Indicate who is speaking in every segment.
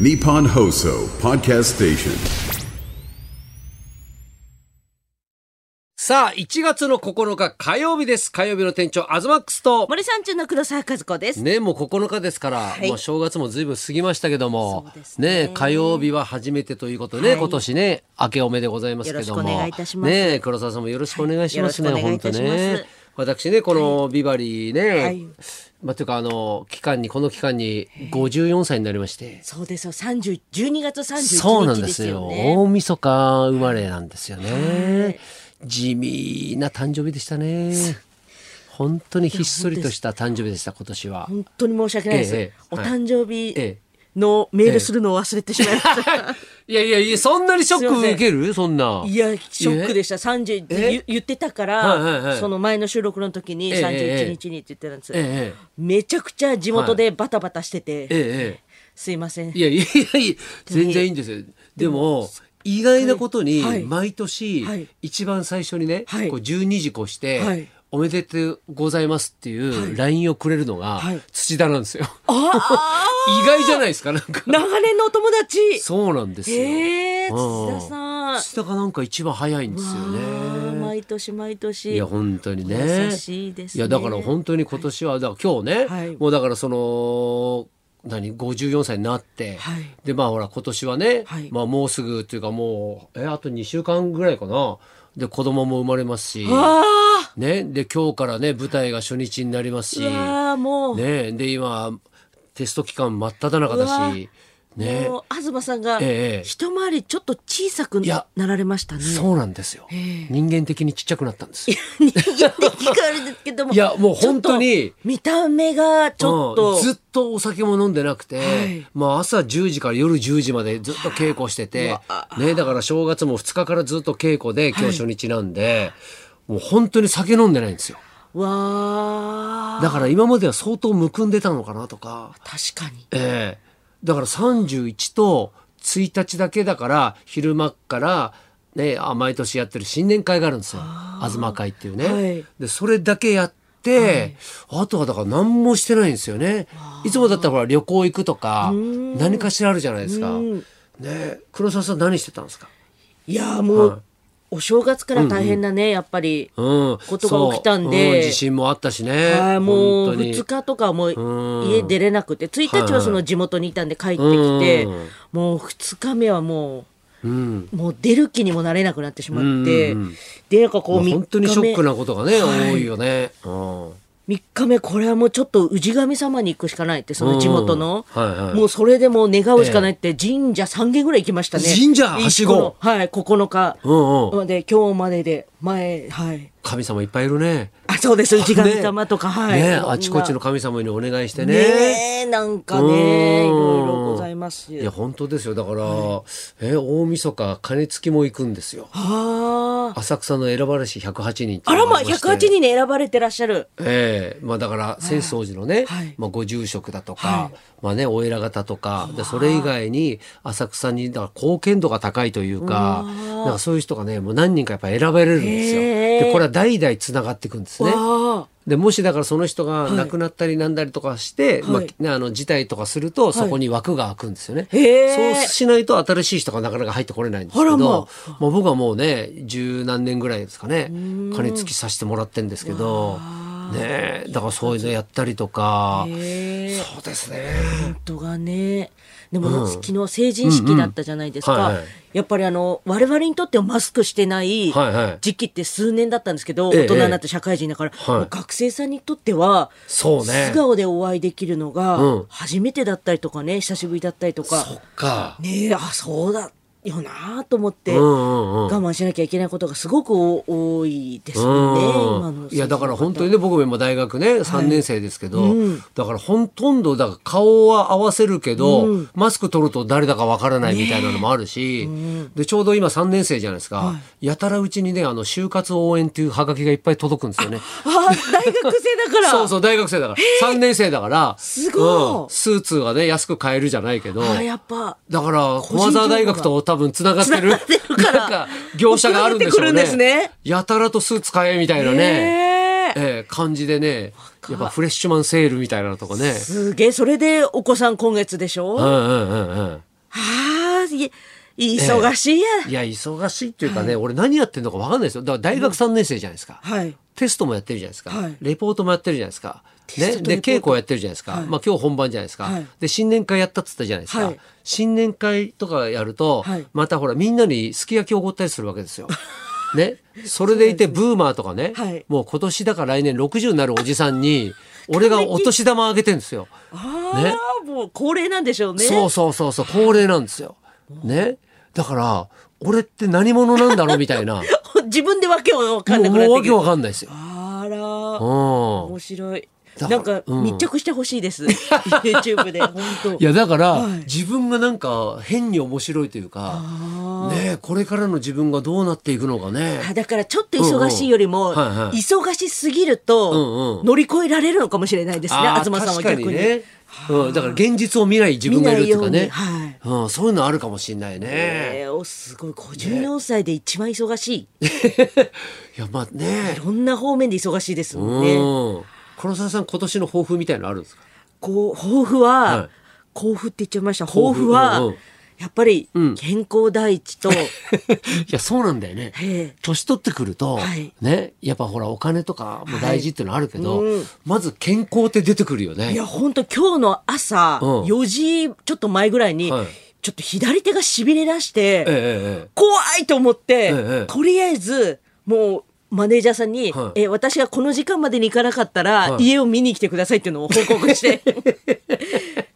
Speaker 1: Nippon Hoso Podcast Station.
Speaker 2: さあ、1月の9日火曜日です。火曜日の店長、アズマックスと。
Speaker 3: 森三中の黒沢和子です。
Speaker 2: ね、もう9日ですから、
Speaker 3: い
Speaker 2: もう正月も随分過ぎましたけども
Speaker 3: そうで、す
Speaker 2: ね
Speaker 3: ね
Speaker 2: 火曜日は初めてということでね、
Speaker 3: はい
Speaker 2: 今年ね、明けおめでございますけども。
Speaker 3: よろしくお願いいたします
Speaker 2: ね、黒沢さんもよろしくお願いしますね、
Speaker 3: はいよろ
Speaker 2: 本
Speaker 3: しく
Speaker 2: 当
Speaker 3: お願いいたします
Speaker 2: ね。私ね、このビバリーね、
Speaker 3: はい
Speaker 2: まあ、というか、あの、期間に、この期間に54歳になりまして、
Speaker 3: そうですよ。三十、十二月三十
Speaker 2: そうなん
Speaker 3: 日
Speaker 2: で
Speaker 3: ですす
Speaker 2: よ。
Speaker 3: よね。
Speaker 2: 大晦日生まれなんですよね。地味な誕生日でしたね。本当にひっそりとした誕生日でした、今年は。
Speaker 3: 本当に申し訳ないです。
Speaker 2: ええ
Speaker 3: お
Speaker 2: はい
Speaker 3: 誕生日
Speaker 2: え
Speaker 3: のメールするのを忘れてしまい ました。
Speaker 2: いやいやいや、そんなにショック受けるそんな。
Speaker 3: いや、ショックでした。三十って言言ってたか
Speaker 2: はいはいは
Speaker 3: ら、
Speaker 2: い
Speaker 3: その前の収録の時に
Speaker 2: ええ
Speaker 3: 三十一日にって言ってたんです
Speaker 2: ええ。え
Speaker 3: めちゃくちゃ地元でバタバタしてて、
Speaker 2: えええ
Speaker 3: すいません
Speaker 2: え。いやいやいや、全然いいんですよ。でも、意外なことに
Speaker 3: はい、
Speaker 2: 毎年
Speaker 3: はい、
Speaker 2: 一番最初にね、こう
Speaker 3: はい
Speaker 2: 12時越し
Speaker 3: は
Speaker 2: て
Speaker 3: い、
Speaker 2: おめでとうございますっていう LINE をくれるのが
Speaker 3: はい、
Speaker 2: 土田なんですよ。
Speaker 3: ああ、
Speaker 2: 意外じゃないですか、なんか。
Speaker 3: 長年のお友達。
Speaker 2: そうなんですよ。
Speaker 3: ええ、
Speaker 2: うん
Speaker 3: 土田さん。
Speaker 2: 土田がなんか一番早いんですよ
Speaker 3: わあ
Speaker 2: ね。
Speaker 3: 毎年毎年。
Speaker 2: いや本当にね
Speaker 3: 優しいですね
Speaker 2: やだから本当に今年は、だから今日ね、
Speaker 3: はい
Speaker 2: もうだからその何54歳になって、
Speaker 3: はい
Speaker 2: でまあほら今年はね、
Speaker 3: はい
Speaker 2: まあもうすぐっていうかもうえあと2週間ぐらいかなで子供も生まれますし、
Speaker 3: あ
Speaker 2: ね、で今日からね舞台が初日になりますし、
Speaker 3: あ、うわあ、もう。
Speaker 2: ね、で今テスト期間真っ只中だ
Speaker 3: うわ
Speaker 2: し、ね、
Speaker 3: もう東さんが
Speaker 2: ええ
Speaker 3: 一回りちょっと小さく
Speaker 2: いや
Speaker 3: なられましたね。
Speaker 2: そうなんですよ、人間的にちっちゃくなったんですよ。
Speaker 3: 人間的かあれですけども。
Speaker 2: いやもう本当に
Speaker 3: ちょっと見た目がちょっ
Speaker 2: う
Speaker 3: と。
Speaker 2: んずっとお酒も飲んでなくて、
Speaker 3: はい
Speaker 2: まあ朝10時から夜10時までずっと稽古してて、ね、だから正月も2日からずっと稽古で今日初日なんで、もう本当に酒飲んでないんですよ。
Speaker 3: わあ。
Speaker 2: だから今までは相当むくんでたのかなとか、
Speaker 3: 確かに。
Speaker 2: ええだから31と1日だけだから昼間から、ね、あ毎年やってる新年会があるんですよ東会っていうね、
Speaker 3: はい
Speaker 2: でそれだけやって、あとはだから何もしてないんですよねいつもだったらほら旅行行くとか何かしらあるじゃないですか、ねえ、黒沢さん何してたんですか
Speaker 3: いやーもう、
Speaker 2: はい
Speaker 3: お正月から大変だね、やっぱり。
Speaker 2: うん、
Speaker 3: ことが起きたんで
Speaker 2: そうう地震もあったしね
Speaker 3: はい、もう
Speaker 2: 本当に
Speaker 3: 2日とかはも
Speaker 2: う
Speaker 3: うん家出れなくて、1日はその地元にいたんで帰ってきて
Speaker 2: うん、
Speaker 3: もう2日目はも
Speaker 2: うん、
Speaker 3: う、もう出る気にもなれなくなってしまって
Speaker 2: うんうんうん、
Speaker 3: で、なんか
Speaker 2: も
Speaker 3: こう
Speaker 2: う
Speaker 3: 3日目、
Speaker 2: 本当にショックなことがね、
Speaker 3: はい
Speaker 2: 多いよね、うん
Speaker 3: 3日目、これはもうちょっと氏神様に行くしかないって、その地元の
Speaker 2: うんはいはい、
Speaker 3: もうそれでもう願うしかないって、神社3軒ぐらい行きましたね。
Speaker 2: 神社はしご
Speaker 3: このはい、9日
Speaker 2: うんうん
Speaker 3: まで、今日までで、前、はい。
Speaker 2: 神様いっぱいいるね
Speaker 3: あ、そうです、氏神様とか、はい。
Speaker 2: ね
Speaker 3: いろんな
Speaker 2: あちこちの神様にお願いしてね
Speaker 3: ねえなんかねいろいろございます
Speaker 2: いや本当ですよだから、え大晦日鐘つきも行くんですよ
Speaker 3: ああ
Speaker 2: 浅草の選ばれし108人
Speaker 3: あらまあ
Speaker 2: 108
Speaker 3: 108人に選ばれてらっしゃる
Speaker 2: ええまあだから浅草寺のね、
Speaker 3: はい
Speaker 2: まあ、ご住職だとか、
Speaker 3: は
Speaker 2: まあねお偉方とかでそれ以外に浅草にだから貢献度が高いというかなんかそういう人がねもう何人かやっぱ選ばれるんですよ。
Speaker 3: へえ
Speaker 2: でこれは代々つながっていくんですね。
Speaker 3: わあ
Speaker 2: でもしだからその人が亡くなったりなんだりとかして、
Speaker 3: はい
Speaker 2: まあ、あの事態とかするとそこに枠が開くんですよね、
Speaker 3: へー
Speaker 2: そうしないと新しい人がなかなか入ってこれないんですけ
Speaker 3: あ
Speaker 2: ど
Speaker 3: らま
Speaker 2: まあ、僕はもうね十何年ぐらいですかね金付きさせてもらってんですけど、ねえ、だからそういうのやったりとか
Speaker 3: へえ
Speaker 2: そうですね
Speaker 3: 本当がねでも、昨日成人式だったじゃないですか、
Speaker 2: うんうんはいはい
Speaker 3: やっぱりあの我々にとってはマスクしてない
Speaker 2: はいはい
Speaker 3: 時期って数年だったんですけど、
Speaker 2: ええ
Speaker 3: 大人になって社会人だから、
Speaker 2: はい
Speaker 3: もう学生さんにとっては
Speaker 2: そうね
Speaker 3: 素顔でお会いできるの
Speaker 2: う
Speaker 3: が
Speaker 2: ん
Speaker 3: 初めてだったりとかね久しぶりだったりとか
Speaker 2: そっか、
Speaker 3: ねえあそうだよなあと思っ
Speaker 2: う
Speaker 3: て、
Speaker 2: んうんうん
Speaker 3: 我慢しなきゃいけないことがすごくお多いですよね、今
Speaker 2: う
Speaker 3: の
Speaker 2: んいやだから本当にね僕も今大学ね3年生ですけど、だからほとんどだから顔は合わせるけど、マスク取ると誰だかわからないみたいなのもあるし、でちょうど今3年生じゃないですか、やたらうちにねあの就活応援っていうハガキがいっぱい届くんですよね。
Speaker 3: あ大学生だか ら
Speaker 2: そうそう大学生だから3年生だから
Speaker 3: すごい
Speaker 2: うんスーツがね安く買えるじゃないけど。
Speaker 3: あやっぱ
Speaker 2: だから
Speaker 3: 人情報
Speaker 2: 駒沢大学と多分つながってる
Speaker 3: つながってるから
Speaker 2: なんか業者があるんでしょ
Speaker 3: 送られて
Speaker 2: う
Speaker 3: くるん
Speaker 2: ね
Speaker 3: ですね
Speaker 2: やたらとスーツ買えみたいなね、
Speaker 3: えね
Speaker 2: ええ感じでねやっぱフレッシュマンセールみたいなのとかね
Speaker 3: すげえそれでお子さん今月でし
Speaker 2: う
Speaker 3: ょ、は
Speaker 2: んうんうんうん
Speaker 3: あい忙しいや、
Speaker 2: いや忙しいっていうかね、俺何やってんのか分かんないですよだから大学3年生じゃないですか、
Speaker 3: はい
Speaker 2: テストもやってるじゃないですか、
Speaker 3: はい
Speaker 2: レポートもやってるじゃないですか、
Speaker 3: テ
Speaker 2: ね、
Speaker 3: ストと
Speaker 2: で
Speaker 3: レポート
Speaker 2: 稽古やってるじゃないですか、まあ、今日本番じゃないですか、
Speaker 3: はい
Speaker 2: で新年会やったっつったじゃないですか、
Speaker 3: はい
Speaker 2: 新年会とかやると、
Speaker 3: はい
Speaker 2: またほらみんなにすき焼きおごったりするわけです よ。ね、それでいてブーマーとかね、
Speaker 3: はい
Speaker 2: もう今年だから来年60になるおじさん に俺がお年玉あげてんですよ。
Speaker 3: ああ、もう恒例なんでしょうね
Speaker 2: そうそうそうそう恒例なんですよ。ね、だから俺って何者なんだろうみた いなも
Speaker 3: 自分でわけわかん
Speaker 2: う
Speaker 3: なくな
Speaker 2: も
Speaker 3: っ
Speaker 2: うわ
Speaker 3: てき
Speaker 2: け
Speaker 3: て
Speaker 2: わかんないですよ。
Speaker 3: あら
Speaker 2: うん
Speaker 3: 面白い
Speaker 2: だか
Speaker 3: な
Speaker 2: ら
Speaker 3: んか密着してほしい です、YouTube で本当
Speaker 2: いやだから、自分がなんか変に面白いというか、ねえ、これからの自分がどうなっていくのかね。
Speaker 3: あだからちょっと忙しいよりも、
Speaker 2: うんうんはいはい
Speaker 3: 忙しすぎると、
Speaker 2: うんうん
Speaker 3: 乗り越えられるのかもしれないですね
Speaker 2: あー
Speaker 3: 東さん
Speaker 2: 確
Speaker 3: は
Speaker 2: か
Speaker 3: 逆
Speaker 2: に
Speaker 3: に
Speaker 2: ね、うん、だから現実を見ない自分がいるっていうかね
Speaker 3: 見ないように
Speaker 2: うん、そういうのあるかもしれないね。
Speaker 3: えーおすごい54歳で一番忙しい、
Speaker 2: いやまあね
Speaker 3: いろんな方面で忙しいですもんね、
Speaker 2: うん、黒沢さん今年の抱負みたいなのあるんです か
Speaker 3: こう抱負は、
Speaker 2: はい
Speaker 3: 抱負って言っちゃいました
Speaker 2: 抱
Speaker 3: 抱
Speaker 2: 負
Speaker 3: 負は、
Speaker 2: うんうん
Speaker 3: やっぱり健康第一と、
Speaker 2: いやそうなんだよね
Speaker 3: ええ
Speaker 2: 年取ってくると、
Speaker 3: はい
Speaker 2: ねやっぱほらお金とかも大事っていうのあるけど、
Speaker 3: はいう
Speaker 2: まず健康って出てくるよね
Speaker 3: いや本当今日の朝、
Speaker 2: うん
Speaker 3: 4時ちょっと前ぐらいに、
Speaker 2: はい
Speaker 3: ちょっと左手がしびれ出して、
Speaker 2: ええええ
Speaker 3: 怖いと思って、
Speaker 2: ええ
Speaker 3: とりあえずもうマネージャーさんに、
Speaker 2: はい
Speaker 3: え私がこの時間までに行かなかったら、
Speaker 2: はい
Speaker 3: 家を見に来てくださいっていうのを報告して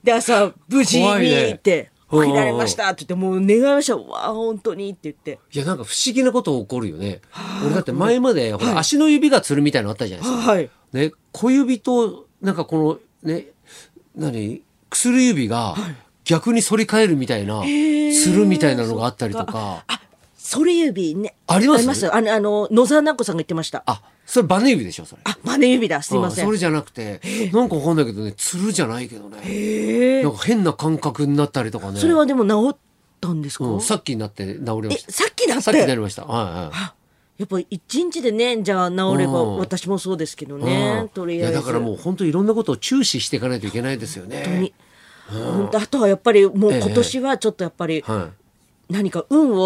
Speaker 3: で朝無事に
Speaker 2: 怖いね
Speaker 3: って
Speaker 2: うんうんうん
Speaker 3: 帰られましたって言ってもう願いましたわあ本当にって言って
Speaker 2: いやなんか不思議なこと起こるよね。俺だって前までほら足の指がつるみたいなのあったじゃないですか。
Speaker 3: はい
Speaker 2: ね小指となんかこのね何薬指が逆に反り返るみたいなつるみたいなのがあったりとか。
Speaker 3: それ指ね
Speaker 2: あります
Speaker 3: ありますあのあの野沢直子さんが言ってましたあ
Speaker 2: あそれバネ指でしょそれ。
Speaker 3: マネー指だすいません、
Speaker 2: うそれじゃなくてなんかわかんないけどねつるじゃないけどね。なんか変な感覚になったりとかね。
Speaker 3: それはでも治ったんですか、
Speaker 2: うんさっきになって治りま
Speaker 3: え
Speaker 2: した。
Speaker 3: さっきだって
Speaker 2: さっきになりました。はいはい。
Speaker 3: やっぱ一日でねじゃあ治れば
Speaker 2: うん
Speaker 3: 私もそうですけどね、
Speaker 2: うん
Speaker 3: とりあえず
Speaker 2: いやだからもう本当にいろんなことを注視していかないといけないですよね。
Speaker 3: 本当に、本当あとはやっぱりもう
Speaker 2: ええ
Speaker 3: 今年はちょっとやっぱり
Speaker 2: は
Speaker 3: 何か運
Speaker 2: うん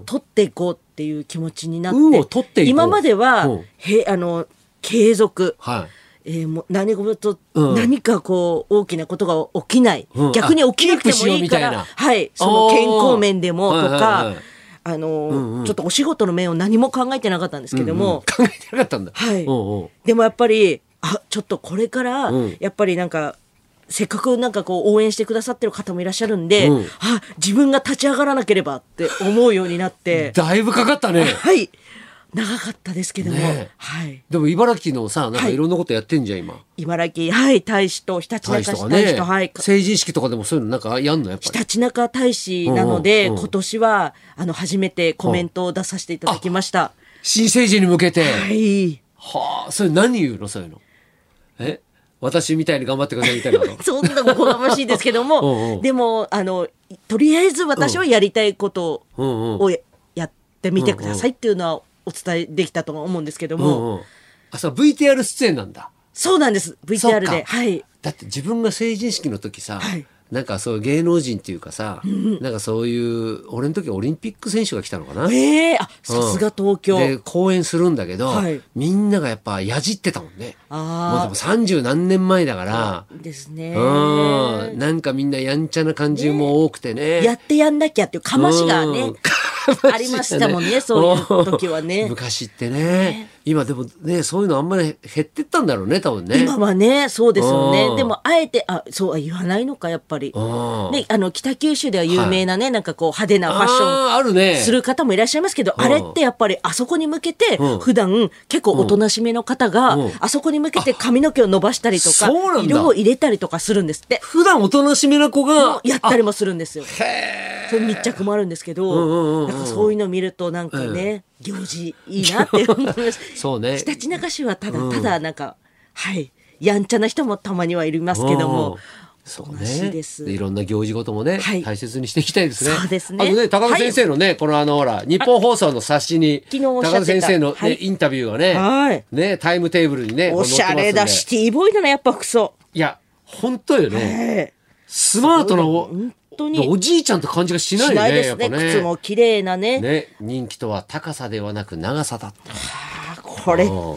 Speaker 3: を取っていこうっていう気持ちになって、
Speaker 2: 運を取っていこう
Speaker 3: 今までは、
Speaker 2: うん
Speaker 3: へあの継続、
Speaker 2: い。はい。
Speaker 3: えーもう何事と、
Speaker 2: うん
Speaker 3: 何かこう大きなことが起きない、
Speaker 2: うん
Speaker 3: 逆に起きなくて
Speaker 2: あキープし
Speaker 3: も
Speaker 2: よう
Speaker 3: い
Speaker 2: み
Speaker 3: いか
Speaker 2: たい
Speaker 3: ら
Speaker 2: な
Speaker 3: はい、その健康面でも
Speaker 2: おーはい
Speaker 3: と
Speaker 2: はい
Speaker 3: か
Speaker 2: はい
Speaker 3: あの、ちょっとお仕事の面を何も考えてなかったんですけども、
Speaker 2: 考えてなかったんだ。
Speaker 3: はい
Speaker 2: おうおう
Speaker 3: でもやっぱりあちょっとこれから
Speaker 2: うん
Speaker 3: やっぱりなんか、せっかくなんかこう応援してくださってる方もいらっしゃるんで、
Speaker 2: うん
Speaker 3: あ自分が立ち上がらなければって思うようになって
Speaker 2: だいぶかかったね。
Speaker 3: はい長かったですけども、
Speaker 2: ねえ
Speaker 3: はい、
Speaker 2: でも茨城のさ、なんか
Speaker 3: はい
Speaker 2: いろんなことやってんじゃん、今。
Speaker 3: 茨城、はい、大使とひたちな
Speaker 2: 大
Speaker 3: か
Speaker 2: 使
Speaker 3: 市
Speaker 2: とか
Speaker 3: 大使
Speaker 2: ね
Speaker 3: と、。はい、
Speaker 2: 成人式とかでもそういうのなんかやんのやっ
Speaker 3: ひ
Speaker 2: ぱり。
Speaker 3: たちなか大使なので、
Speaker 2: うんうんうん
Speaker 3: 今年はあの初めてコメントを出させていただきました。
Speaker 2: 新成人に向けて。
Speaker 3: はい
Speaker 2: はあ、それ何言うのそういうの。え私みたいに頑張ってくださいみたいなの。
Speaker 3: そんなおこがましいですけど
Speaker 2: うん
Speaker 3: も、
Speaker 2: うん
Speaker 3: でも、あの、とりあえず私はやりたいこと
Speaker 2: うんうん
Speaker 3: をややってみてくださいっていうのはお伝えできたと思うんですけども、
Speaker 2: うんうん。あ、そう、VTR 出演なんだ。
Speaker 3: そうなんです。VTR
Speaker 2: そっ
Speaker 3: で。
Speaker 2: か
Speaker 3: はい。
Speaker 2: だって自分が成人式の時さ、
Speaker 3: はい
Speaker 2: なんかそう芸能人っていうかさ、なんかそういう俺の時オリンピック選手が来たのかな、
Speaker 3: ええあ、さすが東京。
Speaker 2: で公演するんだけど、
Speaker 3: はい
Speaker 2: みんながやっぱやじってたもんね
Speaker 3: あー
Speaker 2: もうでも30何年前だから
Speaker 3: ですね。
Speaker 2: うんなんかみんなやんちゃな感じも多くてね
Speaker 3: やってやんなきゃっていうかましがね、 ありましたもんね、そういう時はね。
Speaker 2: 昔ってね今でもねそういうのあんまり減ってったんだろうね多分ね
Speaker 3: 今はね、そうですよ
Speaker 2: うん
Speaker 3: ね。でも、あえて、あ、そうは言わないのか、やっぱり。
Speaker 2: うん
Speaker 3: ね、あの、北九州では有名なね、なんかこう、派手なファッション
Speaker 2: あーあるね
Speaker 3: する方もいらっしゃいますけど、
Speaker 2: ん
Speaker 3: あれってやっぱりあそこに向けて
Speaker 2: うん、
Speaker 3: 普段結構おとなしめの方が
Speaker 2: うん、
Speaker 3: あそこに向けて髪の毛を伸ばしたりとか
Speaker 2: あそうな、んだ
Speaker 3: 色を入れたりとかするんですって。
Speaker 2: 普段おとなしめな子が。
Speaker 3: やったりもするんですよ。そういう密着もあるんですけど、なんかそういうの見るとなんかね、行事いいなって思います
Speaker 2: そうね
Speaker 3: ひたちなか市はただただなんか、はい、やんちゃな人もたまにはいますけど
Speaker 2: うん
Speaker 3: も、
Speaker 2: そう
Speaker 3: らしいです
Speaker 2: いろんな行事ごともね、
Speaker 3: はい
Speaker 2: 大切にしていきたいですね。
Speaker 3: そうですね
Speaker 2: あとね、高田先生のね、このあの、ほら、日本放送の冊子に、
Speaker 3: 昨日おっしゃっ
Speaker 2: 高
Speaker 3: て
Speaker 2: 田
Speaker 3: た
Speaker 2: 先生のね、
Speaker 3: はい
Speaker 2: インタビューがね、
Speaker 3: はい
Speaker 2: ね、タイムテーブルにね、
Speaker 3: おしゃれ
Speaker 2: こ
Speaker 3: だ
Speaker 2: う載ってますんで
Speaker 3: シティボーイだなやっぱ服装、
Speaker 2: いや、本当よね。
Speaker 3: ええ
Speaker 2: スマートなお、
Speaker 3: 本当に
Speaker 2: おじいちゃんって感じがしないよ
Speaker 3: し
Speaker 2: ね、
Speaker 3: ないで
Speaker 2: や
Speaker 3: す
Speaker 2: っ
Speaker 3: ね
Speaker 2: ぱね。
Speaker 3: 靴も綺麗なね
Speaker 2: ね、人気とは高さではなく長さだって。
Speaker 3: あこれ
Speaker 2: うん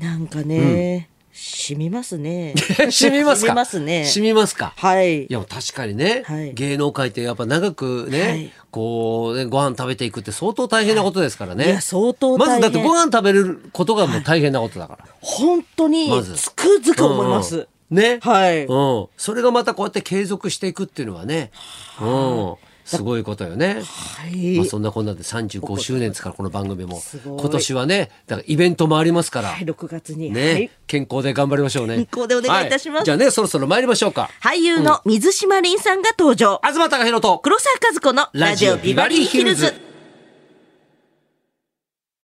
Speaker 3: なんかね、しみますね
Speaker 2: 染みますか
Speaker 3: 染みますね
Speaker 2: 染みますか
Speaker 3: はい
Speaker 2: いや確かにね、
Speaker 3: はい
Speaker 2: 芸能界ってやっぱ長くね、
Speaker 3: はい
Speaker 2: こうねご飯食べていくって相当大変なことですからね、
Speaker 3: いや相当大変
Speaker 2: まずだってご飯食べることがもう大変なことだから、
Speaker 3: 本当に
Speaker 2: まず
Speaker 3: つくづく思います、
Speaker 2: うんうんね
Speaker 3: はい
Speaker 2: うん、それがまたこうやって継続していくっていうのはね、うん、すごいことよね
Speaker 3: はい
Speaker 2: まあ、そんなこんなで35周年ですからこの番組も
Speaker 3: すごい
Speaker 2: 今年はねだからイベントもありますから、
Speaker 3: はい6月に、
Speaker 2: ね、
Speaker 3: はい
Speaker 2: 健康で頑張りましょうね
Speaker 3: 健康でお願いいたします
Speaker 2: はじゃあねそろそろ参りましょうか
Speaker 3: 俳優の水島凛さんが登場、
Speaker 2: 東隆弘と
Speaker 3: 黒沢和子のラジオビバリーヒルズ